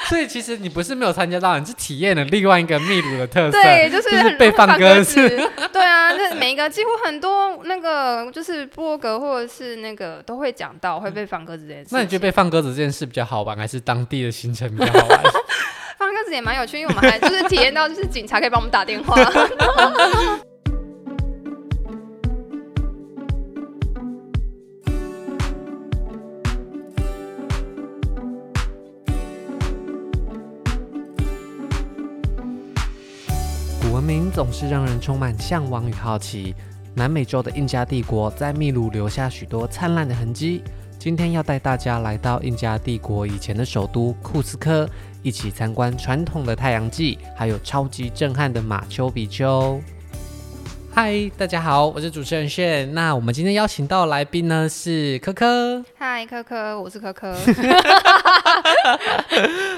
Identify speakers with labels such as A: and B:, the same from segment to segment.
A: 所以其实你不是没有参加到，你是体验了另外一个秘鲁的 特色，
B: 对，就是
A: 就是
B: 很
A: 被
B: 容易
A: 放鸽
B: 鸽子。 对啊，那每一个几乎很多那个就是播格或者是那个都会讲到会被放鸽子这件事情。
A: 那你觉得被放鸽子这件事比较好玩，还是当地的行程比较好玩？
B: 放鸽子也蛮有趣，因为我 们还就是体验到就是警察可以帮我们打电话。
A: 古文明总是让人充满向往与好奇。南美洲的印加帝国在秘鲁留下许多灿烂的痕迹。今天要带大家来到印加帝国以前的首都库斯科，一起参观传统的太阳祭，还有超级震撼的马丘比丘。嗨，大家好，我是主持人炫。那我们今天邀请到的来宾呢是科科。
B: 嗨，科科，我是科科。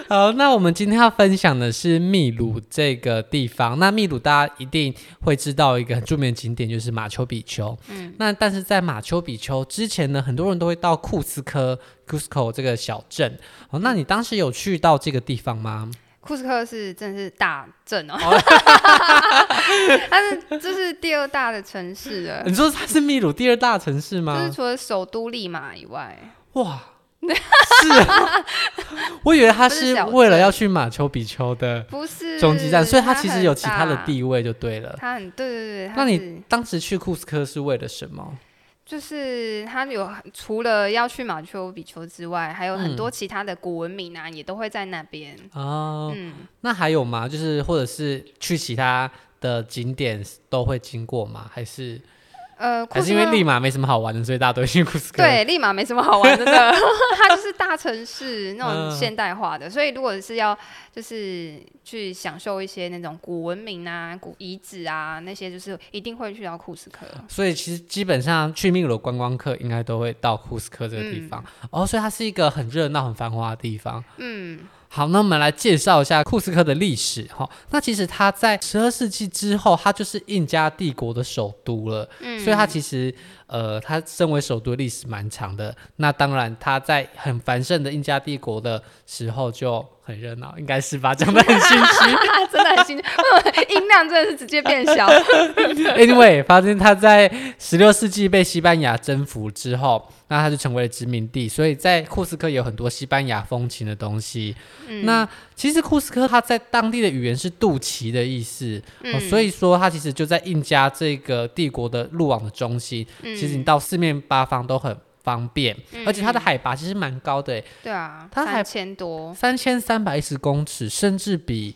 A: 好，那我们今天要分享的是秘鲁这个地方。那秘鲁大家一定会知道一个很著名的景点，就是马丘比丘。嗯，那但是在马丘比丘之前呢，很多人都会到库斯科 （Cusco） 这个小镇。哦，那你当时有去到这个地方吗？
B: 库斯科是真的是大镇哦， 它是这是第二大的城市了，
A: 你说它是秘鲁第二大城市
B: 呃就是
A: 吗？
B: 除了首都利马以外，
A: 哇，是啊， 我以为它
B: 不是
A: 是
B: 小
A: 为了
B: 镇
A: 要去马丘比丘的
B: 不是
A: 中继站，所以它其实有其他
B: 它很
A: 的
B: 大，
A: 地位就对了。
B: 它很对对对，它
A: 那你
B: 是
A: 当时去库斯科是为了什么？
B: 就是它有除了要去马丘比丘之外，还有很
A: 嗯
B: 多其他的古文明啊，也都会在那边。
A: 哦，
B: 嗯，
A: 那还有吗？就是或者是去其他的景点都会经过吗？还是
B: 呃，
A: 还
B: 库
A: 是
B: 斯
A: 因为利
B: 科
A: 马没什么好玩的，所以大家都会去库斯科？，
B: 对利马没什么好玩的，真的 它就是大城市那
A: 嗯
B: 种现代化的，所以如果是要就是去享受一些那种古文明啊、古遗址啊那些，就是一定会去到库斯科。
A: 所以其实基本上去秘鲁的观光客应该都会到库斯科这个地方、哦，所以它是一个很热闹、很繁华的地方。
B: 嗯，
A: 好，那我们来介绍一下库斯科的历史哈、那其实它在十二世纪之后，它就是印加帝国的首都了，所以它其实呃，它身为首都的历史蛮长的。那当然，它在很繁盛的印加帝国的时候就很热闹，应该是吧？讲的很心虚。
B: 啊， 真的很新， 音量真的是直接变小。
A: 哦 anyway，发现它在十六世纪被西班牙征服之后，那它就成为了殖民地，所以在库斯科有很多西班牙风情的东西。
B: 嗯
A: 那其实库斯科它在当地的语言是肚脐的意思，
B: 嗯
A: 哦、所以说它其实就在印加这个帝国的路网的中心，
B: 嗯
A: 其实你到四面八方都很方便，而且它的海拔其实蛮高的，
B: 嗯对啊，
A: 它还
B: 三千多，
A: 三千三百一十公尺，甚至比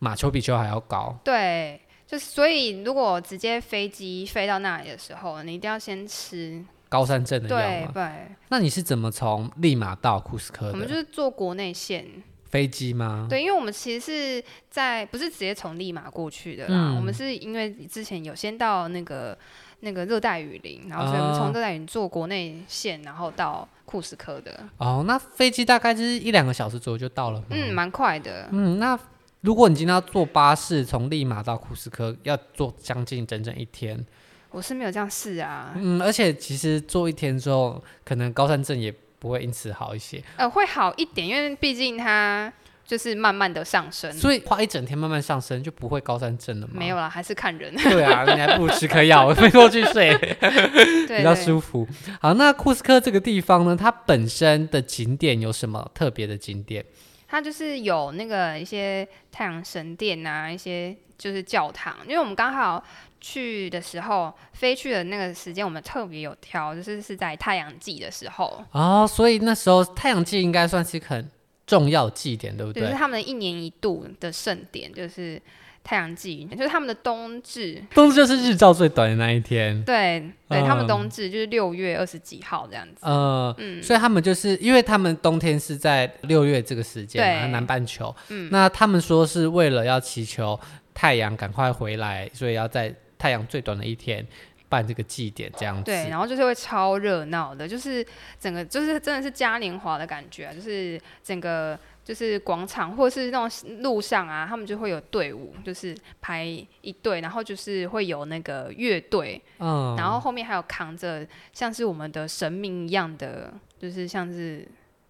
A: 马丘比丘还要高。
B: 对，就是所以如果直接飞机飞到那里的时候，你一定要先吃，
A: 高山症的药
B: 对
A: 吗？
B: 对，
A: 那你是怎么从利马到库斯科
B: 我们就
A: 的？嗯
B: 是坐国内线，
A: 飞机吗？
B: 对，因为我们其实是在不是直接从利马过去的
A: 嗯
B: 啦，我们是因为之前有先到那个那个热带雨林，然后所以我们
A: 啊
B: 从热带雨林坐国内线，然后到库斯科的，
A: 哦，那飞机大概就是一两个小时左右就到了吗？
B: 嗯，蛮快的，
A: 嗯，那如果你今天要坐巴士从利马到库斯科，要坐将近整整一天。
B: 我是没有这样试啊，
A: 嗯，而且其实坐一天之后，可能高山症也不会因此好一些，
B: 呃，会好一点，因为毕竟它就是慢慢的上升，
A: 所以花一整天慢慢上升就不会高山症了吗？
B: 没有。啦，还是看人，
A: 对啊，你还不如吃颗药，飞过去睡
B: 对
A: 比较
B: 对。
A: 舒服。好，那库斯科这个地方呢，它本身的景点有什么特别的景点？
B: 它就是有那个一些太阳神殿啊，一些就是教堂，因为我们刚好去的时候，飞去的那个时间，我们特别有挑，就是是在太阳季的时候，
A: 哦，所以那时候太阳季应该算是一个很重要的祭典，对不
B: 就是
A: 对？
B: 他们一年一度的盛典，就是太阳季，就是他们的冬至，
A: 冬至就是日照最短的那一天。
B: 对对，他
A: 嗯
B: 们冬至就是六月二十几号这样子，
A: 呃，
B: 嗯
A: 所以他们就是因为他们冬天是在六月这个时间嘛，
B: 对嗯
A: 南半球，那他们说是为了要祈求太阳赶快回来，所以要在太阳最短的一天办这个祭典这样子。
B: 对，然后就是会超热闹的，就是整个就是真的是嘉年华的感觉啊、就是整个就是广场或是那种路上啊，他们就会有队伍，就是排一队，然后就是会有那个乐队，
A: 嗯，
B: 然后后面还有扛着像是我们的神明一样的，就是像是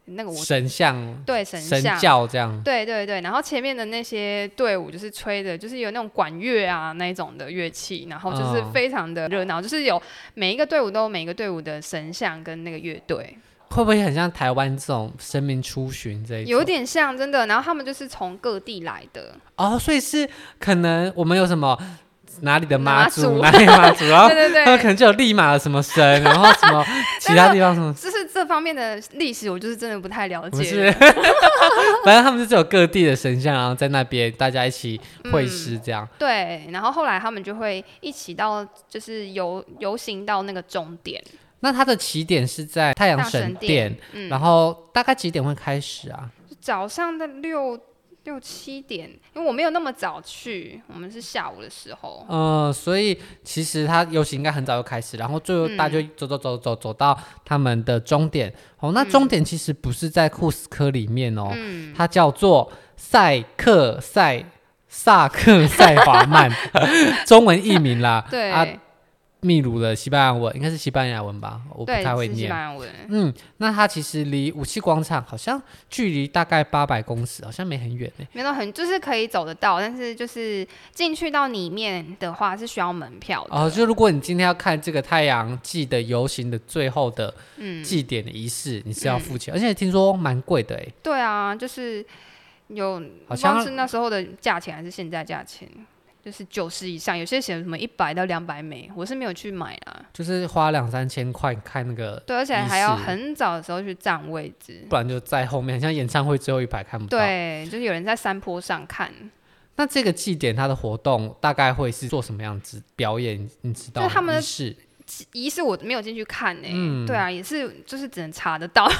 B: 那个我
A: 神像、
B: 对神
A: 神
B: 像。
A: 教这样。
B: 对对对，然后前面的那些队伍就是吹的，就是有那种管乐啊那一种的乐器，然后就是
A: 哦
B: 非常的热闹，就是有每一个队伍都有每一个队伍的神像跟那个乐队，
A: 会不会很像台湾这种生命出巡这一种？
B: 有点像真的。然后他们就是从各地来的，
A: 哦，所以是可能我们有什么哪里的妈祖，
B: 妈
A: 哪里的妈祖，然后
B: 对啊对
A: 他们可
B: 对，
A: 能就有立马的什么神，然后 什么其他地方什么，
B: 就是这方面的历史，我就是真的不太了
A: 不
B: 解。
A: 是， 反正他们就是有各地的神像，然后在那边大家一起会师这
B: 嗯
A: 样。
B: 对，然后后来他们就会一起到，就是游游行到那个终点，
A: 那它的起点是在太阳神
B: 殿
A: 殿，。
B: 嗯
A: 然后大概几点会开始啊？
B: 早上的六六七点，因为我没有那么早去，我们是下午的时候。
A: 呃，所以其实它游行应该很早就开始，然后最后大
B: 嗯
A: 家就走走走走走到他们的终点。哦，那终点其实不是在库斯科里面哦，
B: 嗯，
A: 它叫做塞克塞萨克塞华 曼，中文译名啦。
B: 对、
A: 啊，秘鲁的西班牙文应该是西班牙文吧，我不
B: 对，
A: 太会
B: 是西
A: 念。
B: 班牙文。
A: 嗯，那它其实离武器广场好像距离大概八百公尺，好像没很远呢、
B: 没有很，就是可以走得到，但是就是进去到里面的话是需要门票的。
A: 哦，就如果你今天要看这个太阳祭的游行的最后的
B: 嗯，
A: 祭典的仪式，你是要付钱，而且听说蛮贵的哎、
B: 对啊，就是有，
A: 好
B: 不知道
A: 像
B: 是那时候的价钱还是现在价钱，就是九十以上，有些写什么一百到两百美，我是没有去买啦。
A: 就是花两三千块看那个，
B: 对，而且
A: 仪
B: 还要
A: 式
B: 很早的时候去占位置。
A: 不然就在后面，很像演唱会最后一排看不到。，
B: 对，就是有人在山坡上看，
A: 那这个祭典它的活动大概会是做什么样子表演？你知道
B: 就是他们
A: 吗
B: 的
A: 仪式
B: 疑似我没有进去看呢、
A: 嗯
B: 对啊，也是就是只能查得到。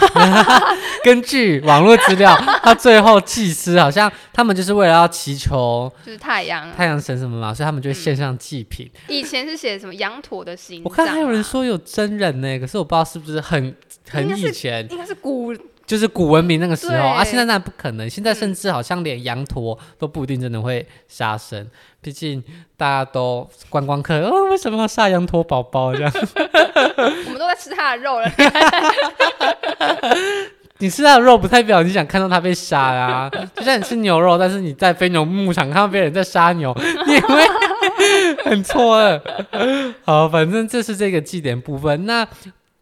A: 根据网络资料，他最后祭司好像他们就是为了要祈求
B: 就是太阳，啊
A: 太阳神什么嘛，所以他们就会
B: 嗯
A: 献上祭品。
B: 以前是写什么羊驼的形
A: 我
B: 状啊、
A: 看还有人说有真人呢、可是我不知道是不是很很
B: 应该是
A: 以前，
B: 应该是古
A: 就是古文明那个时候啊，
B: 对
A: 现在那不可能，现在甚至好像连羊驼都不一定真的会杀生，毕竟大家都观光客，哦，为什么要杀羊驼宝宝这样？
B: 我们都在吃它的肉了。
A: 你吃它的肉不代表你想看到它被杀啊，就像你吃牛肉，但是你在非牛牧场看到别人在杀牛， 你也会很错愕。好，反正这是这个祭典部分。那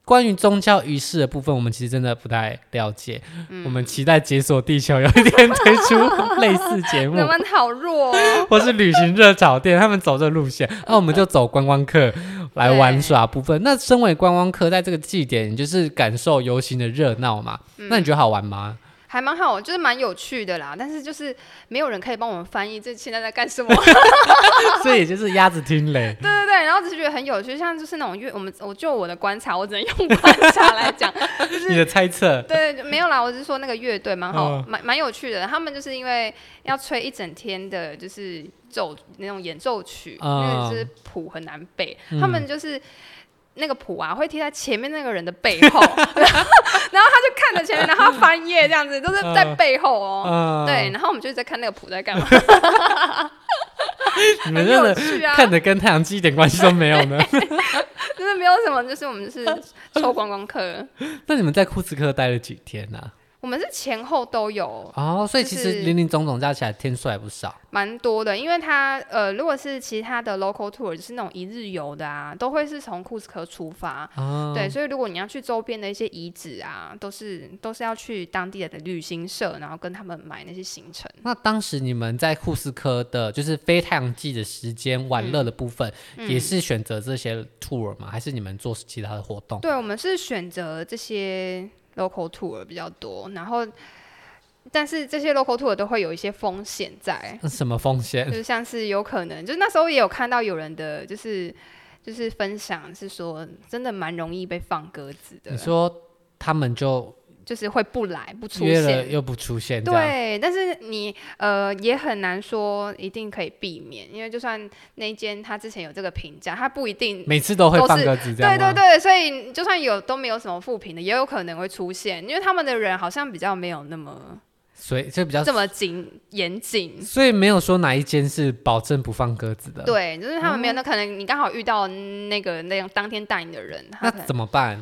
A: 关于宗教仪式的部分，我们其实真的不太了解。我们期待解锁地球有一天推出 类似节目
B: 人，们好弱、哦，
A: 或是旅行热炒店，他们走这路线，那我们就走观光客来玩耍部分。那身为观光客，在这个祭典，你就是感受游行的热闹嘛？那你觉得好玩吗？
B: 还蛮好，就是蛮有趣的啦。但是就是没有人可以帮我们翻译这现在在干什么。
A: 所以也就是鸭子听雷。
B: 对对对，然后只是觉得很有趣，像就是那种乐，我们我就我的观察，我只能用观察来讲。
A: 你的猜测，
B: 对，没有啦，我只是说那个乐队蛮好
A: 嗯，
B: 蛮蛮、有趣的。他们就是因为要吹一整天的，就是奏那种演奏曲，那
A: 嗯
B: 个就是谱很难背，
A: 嗯
B: 他们就是。那个谱啊，会贴在前面那个人的背后，然后然后他就看着前面，然后他翻页这样子，都是在
A: 嗯
B: 背后
A: 嗯，
B: 哦。对，，然后我们就在看那个谱在干嘛，
A: 你们
B: 很
A: 真
B: 有
A: 的
B: 趣啊，
A: 看的跟太阳鸡一点关系都没有 呢。
B: 就是没有什么，就是我们 就是抽观光客，
A: 那你们在库斯科待了几天呢、
B: 我们是前后都有，
A: 哦，所以其
B: 就
A: 实
B: 是
A: 零零总总加起来天数还不少。
B: 蛮多的，因为它呃，如果是其他的 local tour，就是那种一日游的啊，都会是从库斯科出发。
A: 哦，
B: 对，所以如果你要去周边的一些遗址啊，都是都是要去当地的旅行社，然后跟他们买那些行程。
A: 那当时你们在库斯科的，就是非太阳季的时间玩乐的部分，
B: 嗯
A: 也是选择这些 tour 吗？还是你们做其他的活动？
B: 对，我们是选择这些 local tour 比较多，然后但是这些 local tour 都会有一些风险 在，
A: 那什么风险
B: 就？是像是有可能，就是那时候也有看到有人的就是。就是分享是说，真的蛮容易被放鸽子的。
A: 你说他们就
B: 就是会不来不出
A: 约了
B: 现。
A: 又不出现，这样
B: 对，但是你呃也很难说一定可以避免，因为就算那一间他之前有这个评价，他不一定。
A: 每次都会
B: 都是
A: 放鸽子，这样
B: 对
A: 吗
B: 对对，所以就算有都没有什么负评的，也有可能会出现，因为他们的人好像比较没有那么
A: 所以就比较
B: 这么紧严谨。
A: 所以没有说哪一间是保证不放鸽子的。，哦
B: 对，就是他们没有，那可能你刚好遇到那个那样当天带你的人，他
A: 那
B: 可能
A: 怎么办？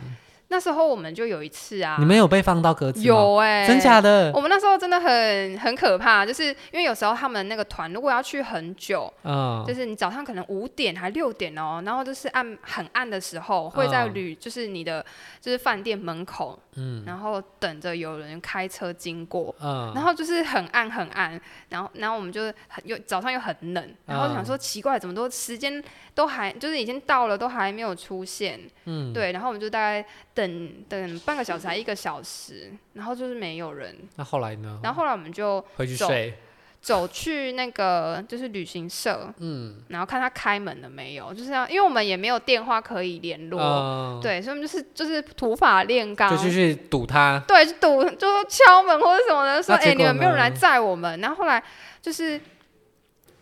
B: 那时候我们就有一次啊
A: 你，们有被放到格子吗？，
B: 有哎、
A: 真假的？
B: 我们那时候真的很很可怕，就是因为有时候他们那个团如果要去很久，
A: 嗯
B: 就，是你早上可能五点还六点哦、然后就是暗很暗的时候，会在
A: 嗯
B: 旅、就是你的就是饭店门口，嗯，然后等着有人开车经过。
A: 嗯，
B: 然后就是很暗很暗，然后然后我们就是很又早上又很冷，然后想说奇怪，怎么都时间都还就是已经到了，都还没有出现，
A: 嗯，
B: 对，然后我们就大概等等半个小时还一个小时，然后就是没有人，
A: 那后来呢？
B: 然后后来我们就
A: 回去
B: 走
A: 睡，
B: 走去那个就是旅行社，嗯，然后看他开门了没有，就是要因为我们也没有电话可以联络，
A: 嗯，
B: 对，所以我们就是就是土法炼钢
A: 就，去去堵他，
B: 对，就堵就是敲门或者什么的，说
A: 那结果
B: 哎、你们没有人来
A: 呢
B: 载我们，然后后来就是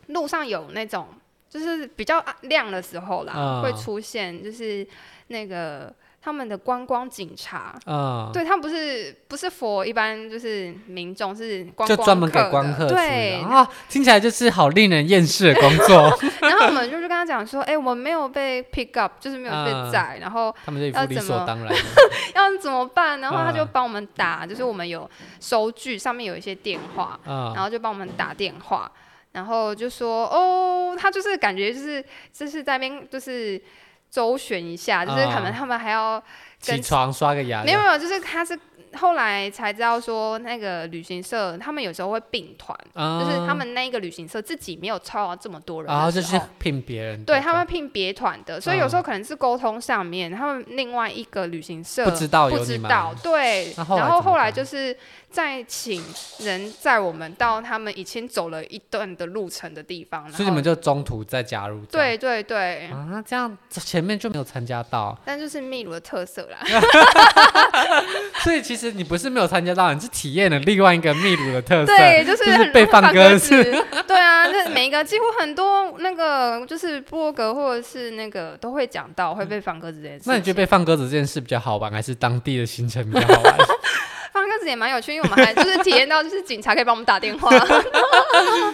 B: 路上有那种就是比较暗亮的时候啦，
A: 嗯
B: 会出现就是那个他们的观光警察。
A: 嗯，
B: 对他们不是不是佛一般就是民众是观光
A: 就专门给
B: 客
A: 光
B: 的
A: 客吃
B: 对
A: 的，啊，听起来就是好令人厌世的工作。
B: 然后我们就是跟他讲说，哎、我们没有被 pick up，就是没有被
A: 嗯
B: 载，然后
A: 他们就一副
B: 要
A: 理
B: 怎
A: 所
B: 么
A: 当然的。
B: 要怎么办？然后他就
A: 嗯
B: 帮我们打，就是我们有收据，上面有一些电话，
A: 嗯
B: 然后就帮我们打电话，然后就说，哦，他就是感觉就是就是在那边就是周旋一下，就是可能
A: 嗯
B: 他们还要
A: 起
B: 跟
A: 床刷个牙，
B: 没有没有，就是他是后来才知道说那个旅行社他们有时候会并团。
A: 嗯，
B: 就是他们那一个旅行社自己没有抽到这么多人的时
A: 然
B: 候，
A: 后就是聘别人的，
B: 对他们聘别团的，所以有时候
A: 嗯
B: 可能是沟通上面，他们另外一个旅行社
A: 不知道有
B: 不
A: 你
B: 知
A: 们
B: 道，对。
A: 那后来
B: 然
A: 怎
B: 后
A: 么
B: 后来
A: 办
B: 就是再请人载我们到他们已经走了一段的路程的地方，然后
A: 所以你们就中途再加入，
B: 对对对，
A: 这样啊，这样前面就没有参加到，
B: 但就是秘鲁的特色啦。
A: 所以其实你不是没有参加到，你是体验了另外一个秘鲁的 特色，
B: 对，就是
A: 就是
B: 很
A: 被
B: 会放
A: 放鸽
B: 子。对啊，那每一个几乎很多那个就是部落格或者是那个都会讲到会被放鸽子这件事
A: 嗯
B: 情。
A: 那你觉得被放鸽子这件事比较好玩，还是当地的行程比较好玩？
B: 放鸽子也蛮有趣，因为我们还就是体验到就是警察可以帮我们打 电话。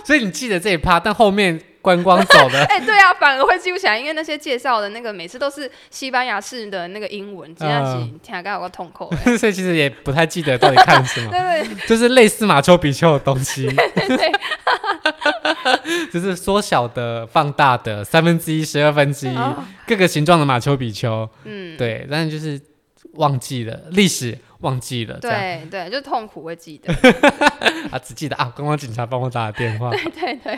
A: 所以你记得这一趴，但后面观光走的
B: 哎、对啊，反而会记不起来，因为那些介绍的那个每次都是西班牙式的那个英文，真的是听起来有个痛 苦、欸。
A: 所以其实也不太记得到底看什么，
B: 对对
A: 就是类似马丘比丘的东 西，就是缩小的、放大的，三分之一、十二分之一，
B: 哦
A: 各个形状的马丘比丘，
B: 嗯，
A: 对，但是就是忘记了历史，忘记了这样
B: 对对，就痛苦会记得。
A: 啊，只记得啊，观光警察帮我打的电话。
B: 对对对，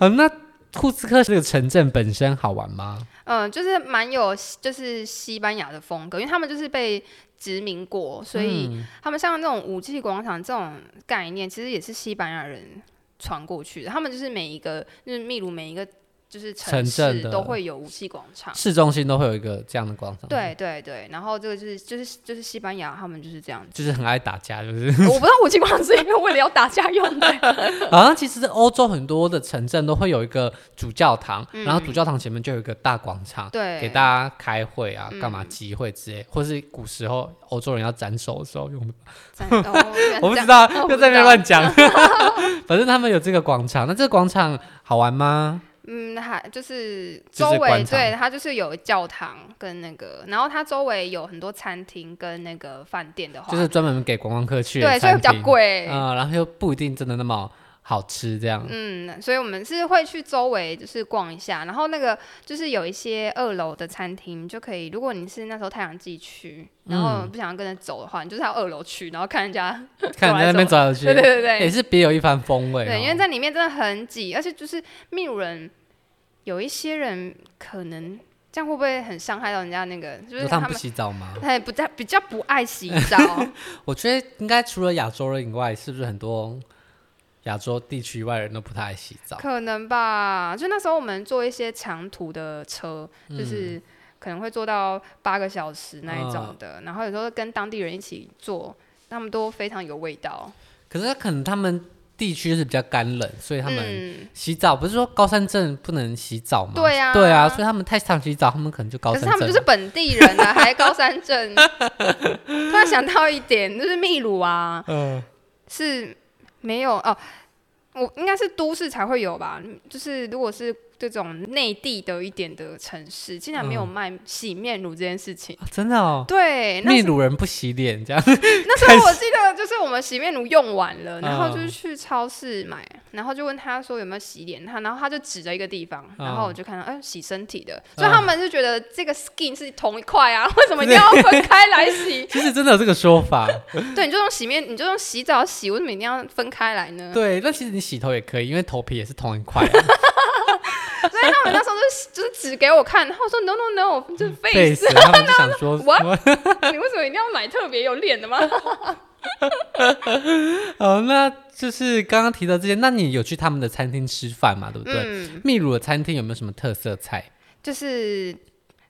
A: 啊，那库斯科这个城镇本身好玩吗？
B: 嗯，就是蛮有就是西班牙的风格，因为他们就是被殖民过，所以
A: 嗯
B: 他们像这种武器广场这种概念，其实也是西班牙人传过去的。他们就是每一个就是秘鲁每一个就是城
A: 城镇
B: 市
A: 的
B: 都会有武器广场。
A: 市中心都会有一个这样的广场，，
B: 对对对，然后这个就是就是就是西班牙，他们就是这样子。
A: 就是很爱打架，就是
B: 我不知道武器广场是因为为了要打架用的。
A: 好像其实欧洲很多的城镇都会有一个主教堂，然后主教堂前面就有一个大广场，
B: 嗯对嗯
A: 给大家开会啊、干嘛集会之类，或是古时候欧洲人要斩首的时候 用的。
B: 战斗
A: 我不知道
B: 我，不
A: 又
B: 知
A: 在那边
B: 道
A: 乱讲。 反正他们有这个广场，那这个广场好玩吗？
B: 嗯，还就是
A: 就
B: 周
A: 是
B: 围
A: 广场
B: 对它就是有教堂跟那个，然后它周围有很多餐厅跟那个饭店的话，
A: 就是专门给观光客去的
B: 对，所以比较
A: 餐厅，
B: 贵。
A: 嗯、然后又不一定真的那么好吃，这样。
B: 嗯，所以我们是会去周围就是逛一下，然后那个就是有一些二楼的餐厅就可以，如果你是那时候太阳季去，然
A: 嗯
B: 后不想跟着走的话，你就是到二楼去，然后看人家，
A: 看你在那边走来走去，
B: 对对对对
A: 也是别有一番风味、哦。
B: 对，因为在里面真的很挤，而且就是秘鲁人有一些人可能这样会不会很伤害到人家那个，就是
A: 有
B: 他
A: 他们
B: 们
A: 不洗澡吗？
B: 他也不太比较不爱洗 澡，
A: 我觉得应该除了亚洲人以外，是不是很多亚洲地区以外人都不太爱洗澡？
B: 可能吧。就那时候我们坐一些长途的车，
A: 嗯
B: 就是可能会坐到八个小时那一种
A: 嗯
B: 的，然后有时候跟当地人一起坐，他们都非常有味道。
A: 可是可能他们地区是比较干冷，所以他们
B: 嗯，
A: 洗澡、不是说高山症不能洗澡吗？
B: 对啊
A: 对啊，所以他们太常洗澡，他们可能就高
B: 可
A: 山
B: 是
A: 症。
B: 他们就是本地人啊，还高山 症。突然想到一点，就是秘鲁啊，
A: 嗯、
B: 是没有哦。我应该是都市才会有吧，就是如果是这种内地的一点的城市，竟然没有卖洗面乳这件事情。
A: 啊真的哦，
B: 对，那
A: 秘
B: 时
A: 鲁人不洗脸 这样，
B: 那时候我记得就是我们洗面乳用完了，然后就是
A: 嗯
B: 去超市买，然后就问他说有没有洗脸，他然后他就指了一个地方，然后我
A: 嗯
B: 就看到哎、洗身体的，所以他们就觉得这个 skin 是同一块啊，为什么一定要分开来洗？
A: 其实真的有这个说法。
B: 对，你就用洗面，你就用洗澡洗，为什么一定要分开来呢？
A: 对，那其实你洗头也可以，因为头皮也是同一块啊
B: 所以他们那时候就是就是指给我看，然后我说 no no no，就是
A: 嗯
B: face，
A: ，face，他们就想 说
B: What？
A: 什么
B: 你为什么一定要买特别有脸的吗？
A: 哦，那就是刚刚提到这些，那你有去他们的餐厅吃饭嘛？对不对？
B: 嗯，
A: 秘鲁的餐厅有没有什么特色菜？
B: 就是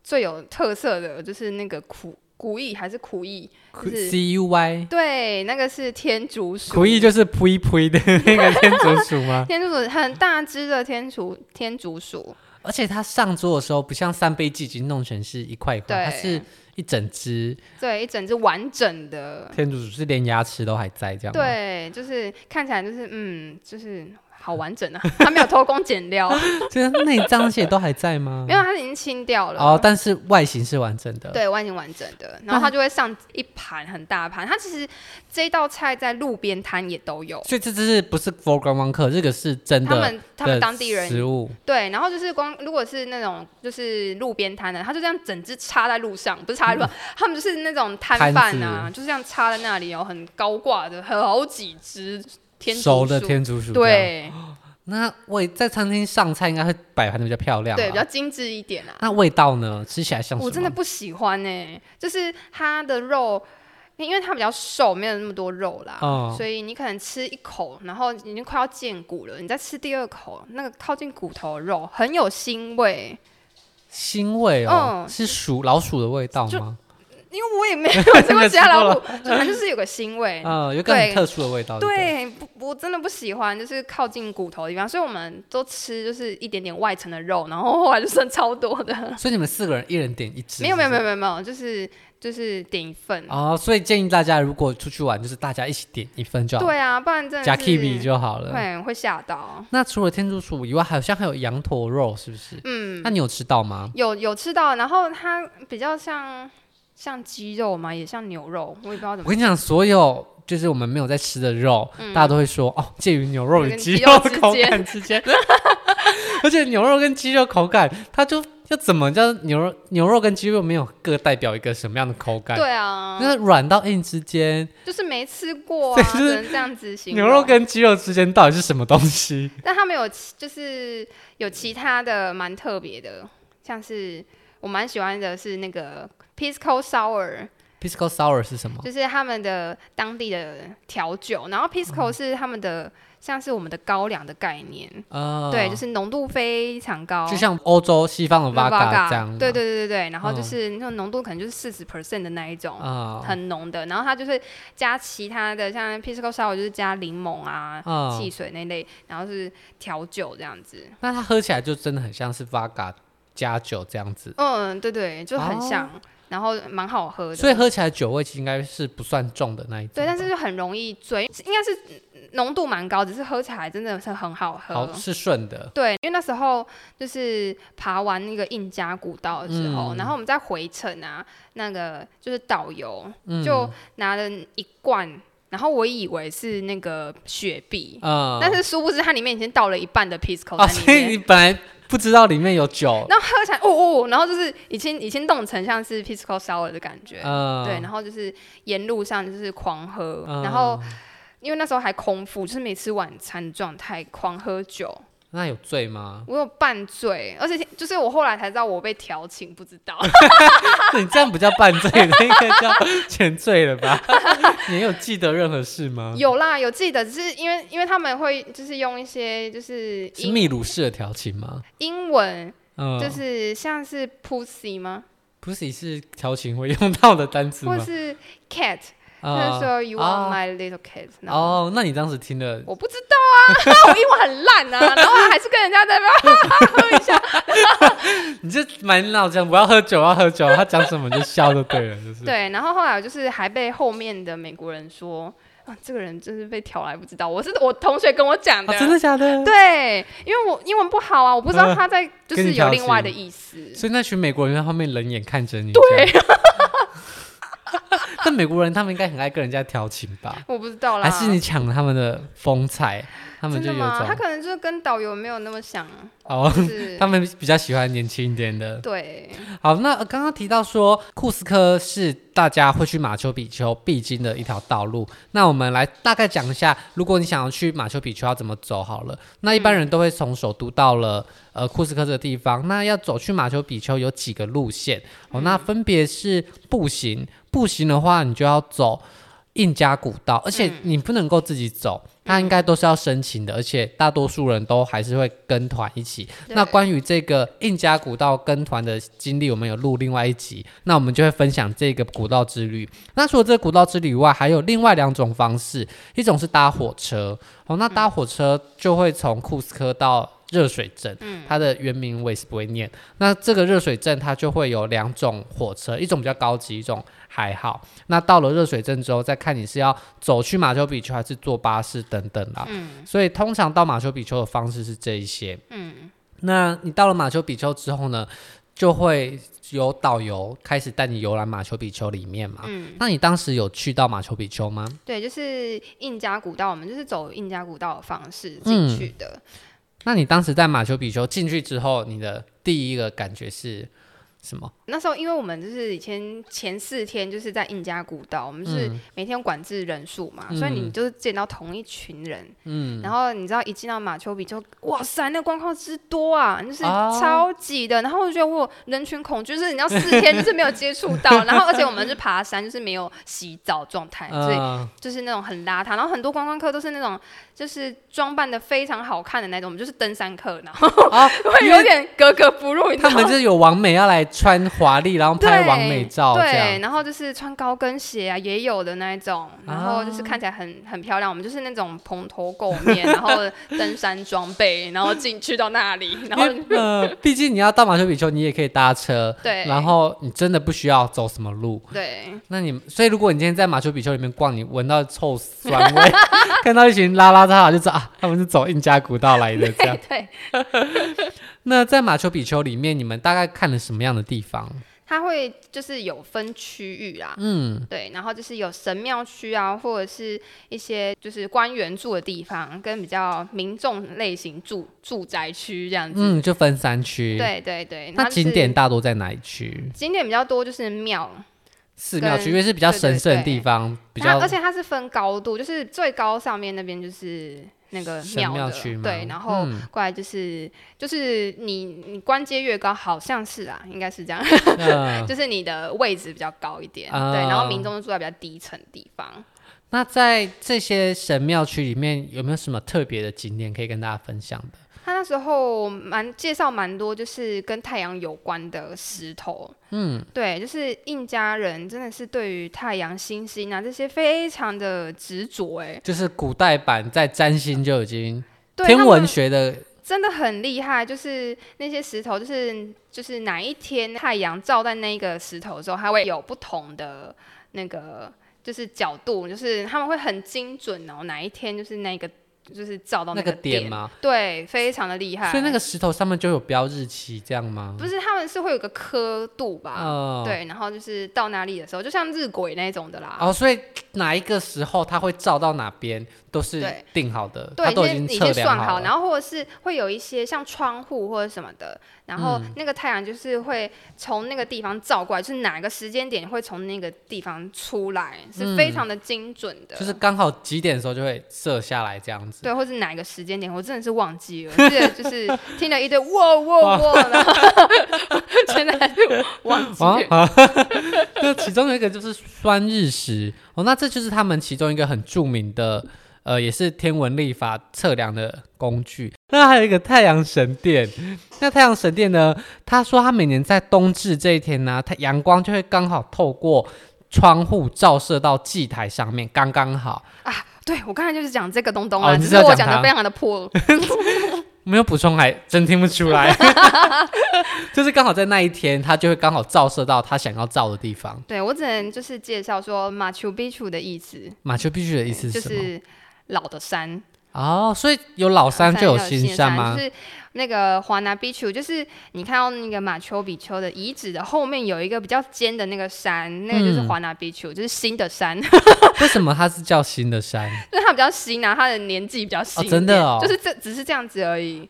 B: 最有特色的就是那个苦苦役还是苦役，就是
A: C U Y，
B: 对，那个是天竺鼠。
A: 苦役就是扑一扑一 的那个天竺鼠吗？
B: 天竺鼠很大只的天竺天竺鼠，
A: 而且它上桌的时候不像三杯鸡已经弄成是一块一块，它
B: 对
A: 是一整只
B: 对，一整只完整的，
A: 天竺鼠，是连牙齿都还在这样吗。
B: 嗯对，就是看起来就是嗯，就是好完整啊，它没有偷工减 料，
A: 就是内脏那些都还在吗
B: 没？有，它已经清掉了。
A: 哦，但是外形是完整的。嗯
B: 对，外形完整的，然后它就会上一盘很大盘。它其实这道菜在路边摊也都有，
A: 所以这只是不是 for 观光客，这个是真的
B: 他们他们
A: 的
B: 当地人
A: 食物。
B: 对，然后就是光如果是那种就是路边摊的，他就这样整只插在路上，不是插在路上，他们就是那种摊
A: 摊
B: 贩
A: 子
B: 啊，就是这样插在那里哦，很高挂的，很好几只天竺
A: 熟的
B: 鼠
A: 天竺鼠，，
B: 对
A: 那味在餐厅上菜应该会摆盘的比较漂亮，啊
B: 对，比较。精致一点啊。
A: 那味道呢？吃起来像什么？
B: 我真的不喜欢呢、就是它的肉，因为它比较瘦，没有那么多肉啦，
A: 哦
B: 所以你可能吃一口，然后已经快要见骨了，你再吃第二口，那个靠近骨头的肉很有腥味。
A: 腥味哦，
B: 嗯
A: 是鼠老鼠的味道吗？
B: 因为 我也没有吃过其他 老
A: 吃
B: 虎，就它就是有个 腥味。
A: 嗯，有一个很
B: 对
A: 特殊的味道。不，
B: 对，不，我真的不喜欢，就是靠近骨头的地方，所以我们都吃就是一点点外层的肉，然后后来就剩超多的。
A: 所以你们四个人一人点一只，
B: 没有没有没
A: 有。
B: 有没有没有，就是就是点一份。
A: 哦，所以建议大家如果出去玩，就是大家一起点一份就好，
B: 对啊，不然真的
A: 加
B: 是
A: kiwi 就好了。
B: 会会吓到。
A: 那除了天竺鼠以外，好像还有羊驼肉，是不是？
B: 嗯，
A: 那你有吃到吗？
B: 有有吃到，然后它比较像像鸡肉嘛，也像牛肉，我也不知道怎
A: 我
B: 么。
A: 跟你讲，所有就是我们没有在吃的肉，大家都会说哦，介于牛肉与
B: 嗯跟
A: 鸡
B: 鸡
A: 肉
B: 肉之
A: 口
B: 间
A: 感 之间。而且牛肉跟鸡肉口感，它就要怎么叫牛肉？牛肉跟鸡肉没有各代表一个什么样的口感？
B: 对啊，
A: 就是软到硬之间，
B: 就是没吃过
A: 对
B: 啊，
A: 就是
B: 只能这样子形容。
A: 牛肉跟鸡肉之间到底是什么东西？
B: 但他们有其就是有其他的蛮特别的，像是我蛮喜欢的是那个 Pisco
A: 哦
B: Sour，
A: Pisco sour 是什么？
B: 就是他们的当地的调酒，然后
A: 哦
B: Pisco 是他们的、像是我们的高粱的概念，
A: 呃，
B: 哦对，就是浓度非常高，
A: 就像欧洲西方的 v
B: 那
A: o d
B: vodka，
A: a 这样。
B: 对对对对对，然后就
A: 嗯
B: 是那种浓度可能就是四十 percent 的那一种。
A: 啊
B: 很浓的，然后它就是加其他的，像 Pisco Sour 就是加柠檬啊、
A: 啊
B: 汽水那类，然后是调酒这样子。
A: 那它喝起来就真的很像是 v o d a 加酒这样子。
B: 嗯，对对，就很
A: 哦
B: 像，然后蛮好喝的。
A: 所以喝起来酒味其实应该是不算重的那一种吧。
B: 对，但是就很容易醉，应该是嗯浓度蛮高，只是喝起来真的是很好喝。
A: 好是顺的，
B: 对，因为那时候就是爬完那个印加古道的时候，
A: 嗯
B: 然后我们在回程啊，那个就是导游、
A: 嗯
B: 就拿了一罐，然后我以为是那个雪碧，
A: 嗯，
B: 但是殊不知它里面已经倒了一半的 Pisco
A: 啊，
B: 在里
A: 所以
B: 面。
A: 你本来不知道里面有酒，
B: 然后喝起来，哦哦，然后就是已经已经弄成像是 Pisco Sour 的感觉，
A: 嗯，
B: 对，然后就是沿路上就是狂喝，
A: 嗯
B: 然后因为那时候还空腹，就是没吃晚餐状态，狂喝酒，
A: 那有醉吗？
B: 我有半醉，而且就是我后来才知道我被调情，不知 道，
A: 你这样不叫半醉，那应该叫前醉了 吧？你有记得任何事吗？
B: 有啦，有记得，只是因为因为他们会就是用一些就是
A: 是
B: 英
A: 秘鲁式的调情吗？
B: 英文，
A: 嗯，
B: 就是像是 pussy 吗，
A: 不是是调情会用到的单词
B: 或
A: 嗯吗？
B: 是 cat，他就
A: 啊
B: 说 you
A: 啊
B: are my little cat，然后
A: 哦，那你当时听了，
B: 我不知道啊，我英文很烂啊， 然后还是跟人家在那边喝一下，
A: 你就满脑子讲我要喝酒，我要喝酒，他讲什么你就笑就对了，就是。
B: 对，然后后来我就是还被后面的美国人说，啊，这个人真是被挑来不知道，我是我同学跟我讲的，
A: 啊，真的假 的？
B: 对，因为我英文不好啊，我不知道他在就
A: 跟你
B: 是
A: 调
B: 有另外的
A: 情
B: 意思。
A: 所以那群美国人在后面冷眼看着你。对。 但美国人他们应该很爱跟人家调情吧？
B: 我不知道啦，
A: 还是你抢了他们的风采，他们
B: 真
A: 就有
B: 的
A: 一
B: 吗？他
A: 种
B: 可能就是跟导游没有那么想，啊
A: 哦，
B: 就是
A: 他们比较喜欢年轻一点的。
B: 对，
A: 好，那呃刚刚提到说库斯科是大家会去马丘比丘必经的一条道路，那我们来大概讲一下，如果你想要去马丘比丘要怎么走好了。那一般人都会从首都到了呃库斯科这个地方，那要走去马丘比丘有几个路线哦，那分别是步行，步行的话你就要走。印加古道，而且你不能够自己走，它应该都是要申请的，而且大多数人都还是会跟团一起。那
B: 对
A: 关于这个印加古道跟团的经历，我们有录另外一集，那我们就会分享这个古道之旅。那除了这个古道之旅以外，还有另外两种方式，一种是搭火车，哦，那搭火车就会从库斯科到。热水镇，它的原名我也是不会念。那这个热水镇它就会有两种火车，一种比较高级，一种还好。那到了热水镇之后，再看你是要走去马丘比丘还是坐巴士等等啦。所以通常到马丘比丘的方式是这一些。
B: 嗯，
A: 那你到了马丘比丘之后呢，就会有导游开始带你游览马丘比丘里面嘛。
B: 嗯
A: 那你当时有去到马丘比丘吗？
B: 对，就是印加古道，我们就是走印加古道的方式进去的。
A: 那你当时在马丘比丘进去之后，你的第一个感觉是什么？
B: 那时候，因为我们就是以前前四天就是在印加古道，我们就是
A: 嗯
B: 每天管制人数嘛，所以你就是见到同一群人，嗯，然后你知道一进到马丘比丘，哇塞，那光靠之多啊，就是
A: 哦
B: 超级的，然后我就觉得我有人群恐惧，就是你知道四天就是没有接触到，然后而且我们是爬山，就是没有洗澡状态，哎所以
A: 嗯
B: 就是那种很邋遢，然后很多观光客都是那种就是装扮的非常好看的那种，我们就是登山客，然后
A: 啊，
B: 会有点格格不入，你知
A: 他
B: 道吗
A: 们就是有王美要来穿华丽，然后
B: 对
A: 拍完美照这
B: 对，
A: 样。啊
B: 然后就是穿高跟鞋啊，也有的那一种，然后就是看起来很很漂亮。我们就是那种蓬头垢面，然后登山装备，然后进去到那里，然后
A: 因为呃，毕竟你要到马丘比丘，你也可以搭车，
B: 对
A: 然后你真的不需要走什么路，
B: 对
A: 那你所以，如果你今天在马丘比丘里面逛，你闻到臭酸 味，看到一群拉拉杂杂，就知道啊，他们是走印加古道来的 这样。
B: 对，
A: 那在马丘比丘里面，你们大概看了什么样的地方？
B: 它会就是有分区域啦，
A: 嗯，
B: 对，然后就是有神庙区啊，或者是一些就是官员住的地方，跟比较民众类型住住宅区这样子。
A: 嗯，就分三区。，
B: 对对对，然
A: 那
B: 后就是
A: 景点大多在哪一区？
B: 景点比较多就是庙，
A: 寺庙区，
B: 跟
A: 因为是比较神圣的地方，比
B: 它
A: 较
B: 而且它是分高度，就是最高上面那边就是那个
A: 神
B: 庙
A: 庙
B: 的，
A: 区嘛。
B: 对，然后
A: 嗯
B: 过来就是就是你你官阶越高，好像是啊，应该是这样，
A: 呃
B: 就是你的位置比较高一点，
A: 啊
B: 对，然后民众就住在比较低层的地方。
A: 那在这些神庙区里面，有没有什么特别的景点可以跟大家分享的？
B: 他那时候蛮介绍蛮多，就是跟太阳有关的石头。嗯，对，就是印加人真的是对于太阳、星星啊这些非常的执着，哎，
A: 就是古代版在占星就已经
B: 对
A: 天
B: 他
A: 文
B: 们
A: 学的
B: 真的很厉害，就是那些石头，就是就是哪一天太阳照在那个石头的时候，它会有不同的那个就是角度，就是他们会很精准哦，哪一天就是那个就是照到
A: 那
B: 个
A: 个点吗？
B: 对，非常的厉害。
A: 所以那个石头上面就有标日期，这样吗？
B: 不是他们是会有个刻度吧？
A: 哦
B: 对，啊然后就是到哪里的时候，就像日晷那种的啦。
A: 哦，所以哪一个时候它会照到哪边都是
B: 对
A: 定好的，它
B: 对，
A: 都
B: 你
A: 已
B: 先
A: 经
B: 你
A: 测
B: 先
A: 量
B: 算好，
A: 了。
B: 然后或者是会有一些像窗户或者什么的，然后
A: 嗯
B: 那个太阳就是会从那个地方照过来，就是哪个时间点会从那个地方出来，是非常的精准的。
A: 嗯就是刚好几点的时候就会射下来这样子。
B: 对，或是哪一个时间点，我真的是忘记了，记得 就是听了一堆哇哇哇，然后 现在就忘记
A: 啊
B: 了。
A: 啊！ 那其中有一个就是酸日食哦，那这就是他们其中一个很著名的，呃，也是天文历法测量的工具。 那还有一个太阳神殿，那太阳神殿呢，他说他每年在冬至这一天呢、它阳光就会刚好透过窗户照射到祭台上面，刚刚好。
B: 对我刚才就是讲这个东东
A: 哦
B: 啊，
A: 你
B: 只
A: 是
B: 是
A: 要
B: 我
A: 讲
B: 讲的
A: 它
B: 非常的破。
A: 没有补充还真听不出来， 就是刚好在那一天，它就会刚好照射到它想要照的地方。
B: 对我只能就是介绍说马丘比丘的意思，
A: 马丘必须的意思
B: 就是
A: 什么？
B: 是老的山，
A: 哦，所以有老山就有新山
B: 山
A: 吗
B: 就？是那个华纳比丘，就是你看到那个马丘比丘的遗址的后面有一个比较尖的那个山，那个就是
A: 嗯
B: 华纳比丘，就是新的山，
A: 为什么它是叫新的山？
B: 就是它比较新啊，它的年纪比较
A: 哦
B: 新一点、
A: 真的哦
B: 就是这只是这样子而已。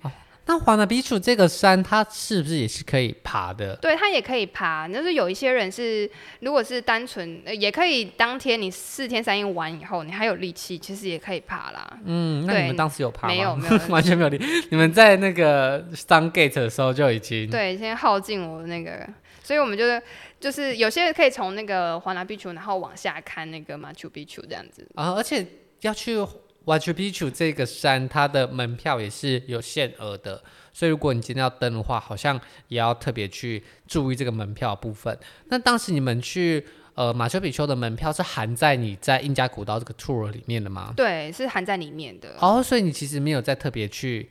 A: 那华纳比楚这个山，它是不是也是可以爬的？
B: 对，它也可以爬，就是有一些人是，如果是单纯，呃也可以当天你四天三夜完以后，你还有力气，其实也可以爬啦。
A: 嗯，那
B: 对
A: 你们当时有爬吗？
B: 没有没有
A: 完全没有理。你们在那个 Sun Gate 的时候就已经
B: 对，先耗尽我的那个，所以我们就是就是有些可以从那个华拿比丘，然后往下看那个马丘比丘这样子。
A: 啊、而且要去 Machu Picchu 这个山，它的门票也是有限额的，所以如果你今天要登的话，好像也要特别去注意这个门票的部分。那当时你们去呃马丘比丘的门票是含在你在印加古道这个 tour 里面的吗？
B: 对，是含在里面的。
A: 哦，所以你其实没有再特别去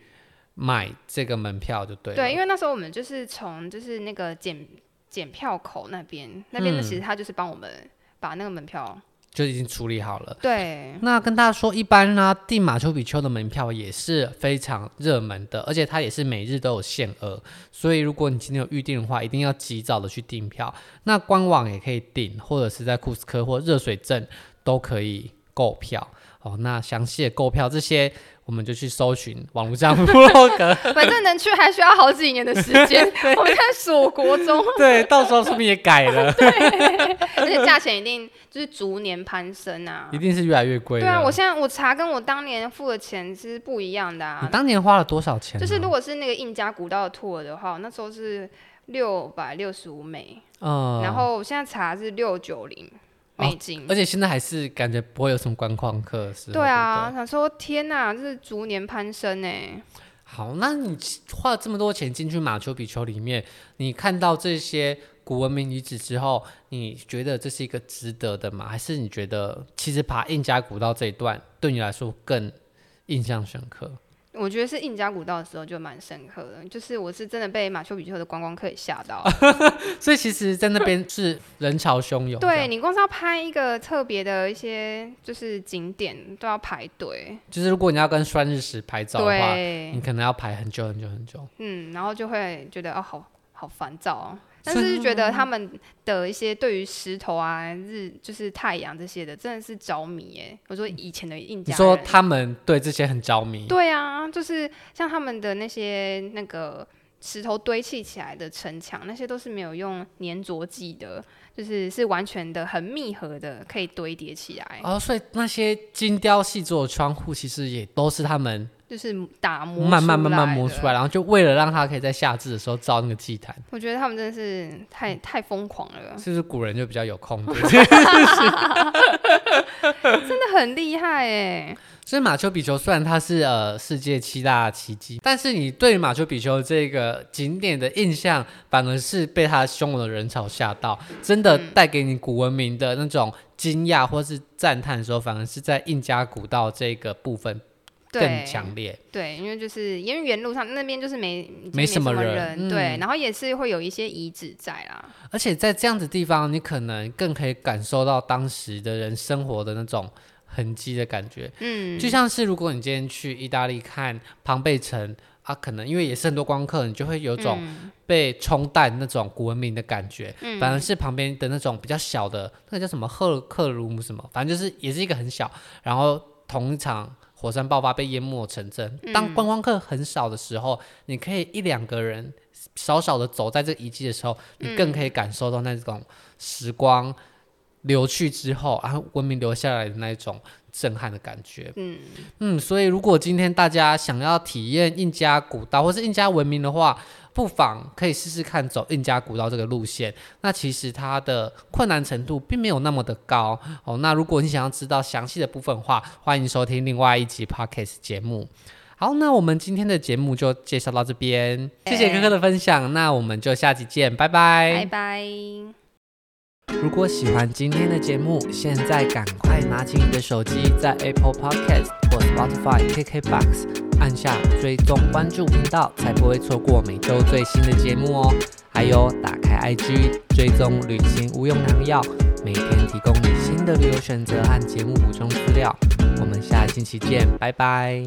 A: 买这个门票，就对了。
B: 对，因为那时候我们就是从就是那个检检票口那边，那
A: 嗯
B: 边的其实他就是帮我们把那个门票，
A: 就已经处理好了。
B: 对
A: 那跟大家说，一般呢、订马丘比丘的门票也是非常热门的，而且它也是每日都有限额，所以如果你今天有预定的话，一定要及早的去订票。那官网也可以订，或者是在库斯科或热水镇都可以购票。哦，那详细的购票这些，我们就去搜寻网络上部落格。
B: 反正能去还需要好几年的时间。我们在锁国中，
A: 对，到时候说不定也改了，
B: 而且价钱一定就是逐年攀升啊
A: 一。定是越来越贵
B: 对
A: 了。
B: 啊，我现在我查跟我当年付的钱是不一样的啊
A: 你。当年花了多少钱、啊？
B: 就是如果是那个印加古道的 tour 的话，那时候是六百六十五美，
A: 嗯，
B: 然后我现在查是六九零美金。
A: 而且现在还是感觉不会有什么观光客的时候。
B: 对啊，
A: 不
B: 想说天哪，这是逐年攀升欸呢。
A: 对。好，那你花了这么多钱进去马丘比丘里面，你看到这些古文明遗址之后，你觉得这是一个值得的吗？还是你觉得其实爬印加古道这一段对你来说更印象深刻？
B: 我觉得是印加古道的时候就蛮深刻的，就是我是真的被马丘比丘的观光客给吓 到。
A: 所以其实，在那边是人潮汹涌，这
B: 对
A: 样，
B: 你光是要拍一个特别的一些就是景点都要排队，
A: 就是如果你要跟栓日石拍照的话，
B: 对
A: 你，可能要排很久很久很久。
B: 嗯，然后就会觉得哦，好好烦躁哦。但
A: 真
B: 是觉得他们的一些对于石头啊、日就是太阳这些的，真的是着迷耶。我说以前的印
A: 你
B: 加
A: 说
B: 人
A: 他们对这些很着迷，
B: 对啊，就是像他们的那些那个石头堆砌起来的城墙，那些都是没有用粘着剂的，就是是完全的很密合的，可以堆叠起来，
A: 哦，所以那些精雕细作的窗户，其实也都是他们
B: 就是打磨
A: 慢慢慢慢磨
B: 出
A: 出
B: 来
A: 来，
B: 的。
A: 然后就为了让它可以在夏至的时候造那个祭坛，
B: 我觉得他们真的是
A: 嗯
B: 太太疯狂了，
A: 是不是古人就比较有空？
B: 真的很厉害哎。
A: 所以马丘比丘虽然它是呃世界七大奇迹，但是你对于马丘比丘这个景点的印象，反而是被它汹涌的人潮吓到，真的
B: 嗯
A: 带给你古文明的那种惊讶或是赞叹的时候，反而是在印加古道这个部分
B: 对
A: 更，强烈。
B: 对，因为就是因为原路上那边就是没就是
A: 没
B: 没
A: 什么人嗯
B: 对，然后也是会有一些遗址在啦，
A: 而且在这样子地方，你可能更可以感受到当时的人生活的那种痕迹的感觉。
B: 嗯，
A: 就像是如果你今天去意大利看庞贝城啊，可能因为也是很多观光客，你就会有种
B: 嗯
A: 被冲淡那种古文明的感觉。反而是旁边的那种比较小的，那个叫什么赫克鲁姆什么，反正就是也是一个很小，然后同一场火山爆发被淹没的城镇。当
B: 嗯
A: 观光客很少的时候，你可以一两个人少少的走在这个遗迹的时候，你更可以感受到那种时光流去之后，然后文明留下来的那一种震撼的感觉。
B: 嗯
A: 嗯，所以如果今天大家想要体验印加古道或是印加文明的话，不妨可以试试看走印加古道这个路线。那其实它的困难程度并没有那么的高哦。那如果你想要知道详细的部分的话，欢迎收听另外一集 podcast 节目。好，那我们今天的节目就介绍到这边，谢谢哥哥的分享，那我们就下集见，拜
B: 拜拜。
A: 如果喜欢今天的节目，现在赶快拿起你的手机，在 Apple Podcast 或 Spotify、KKBox 按下追踪关注频道，才不会错过每周最新的节目哦。还有，打开 IG 追踪旅行无用良药，每天提供你新的旅游选择和节目补充资料。我们下星期见，拜拜。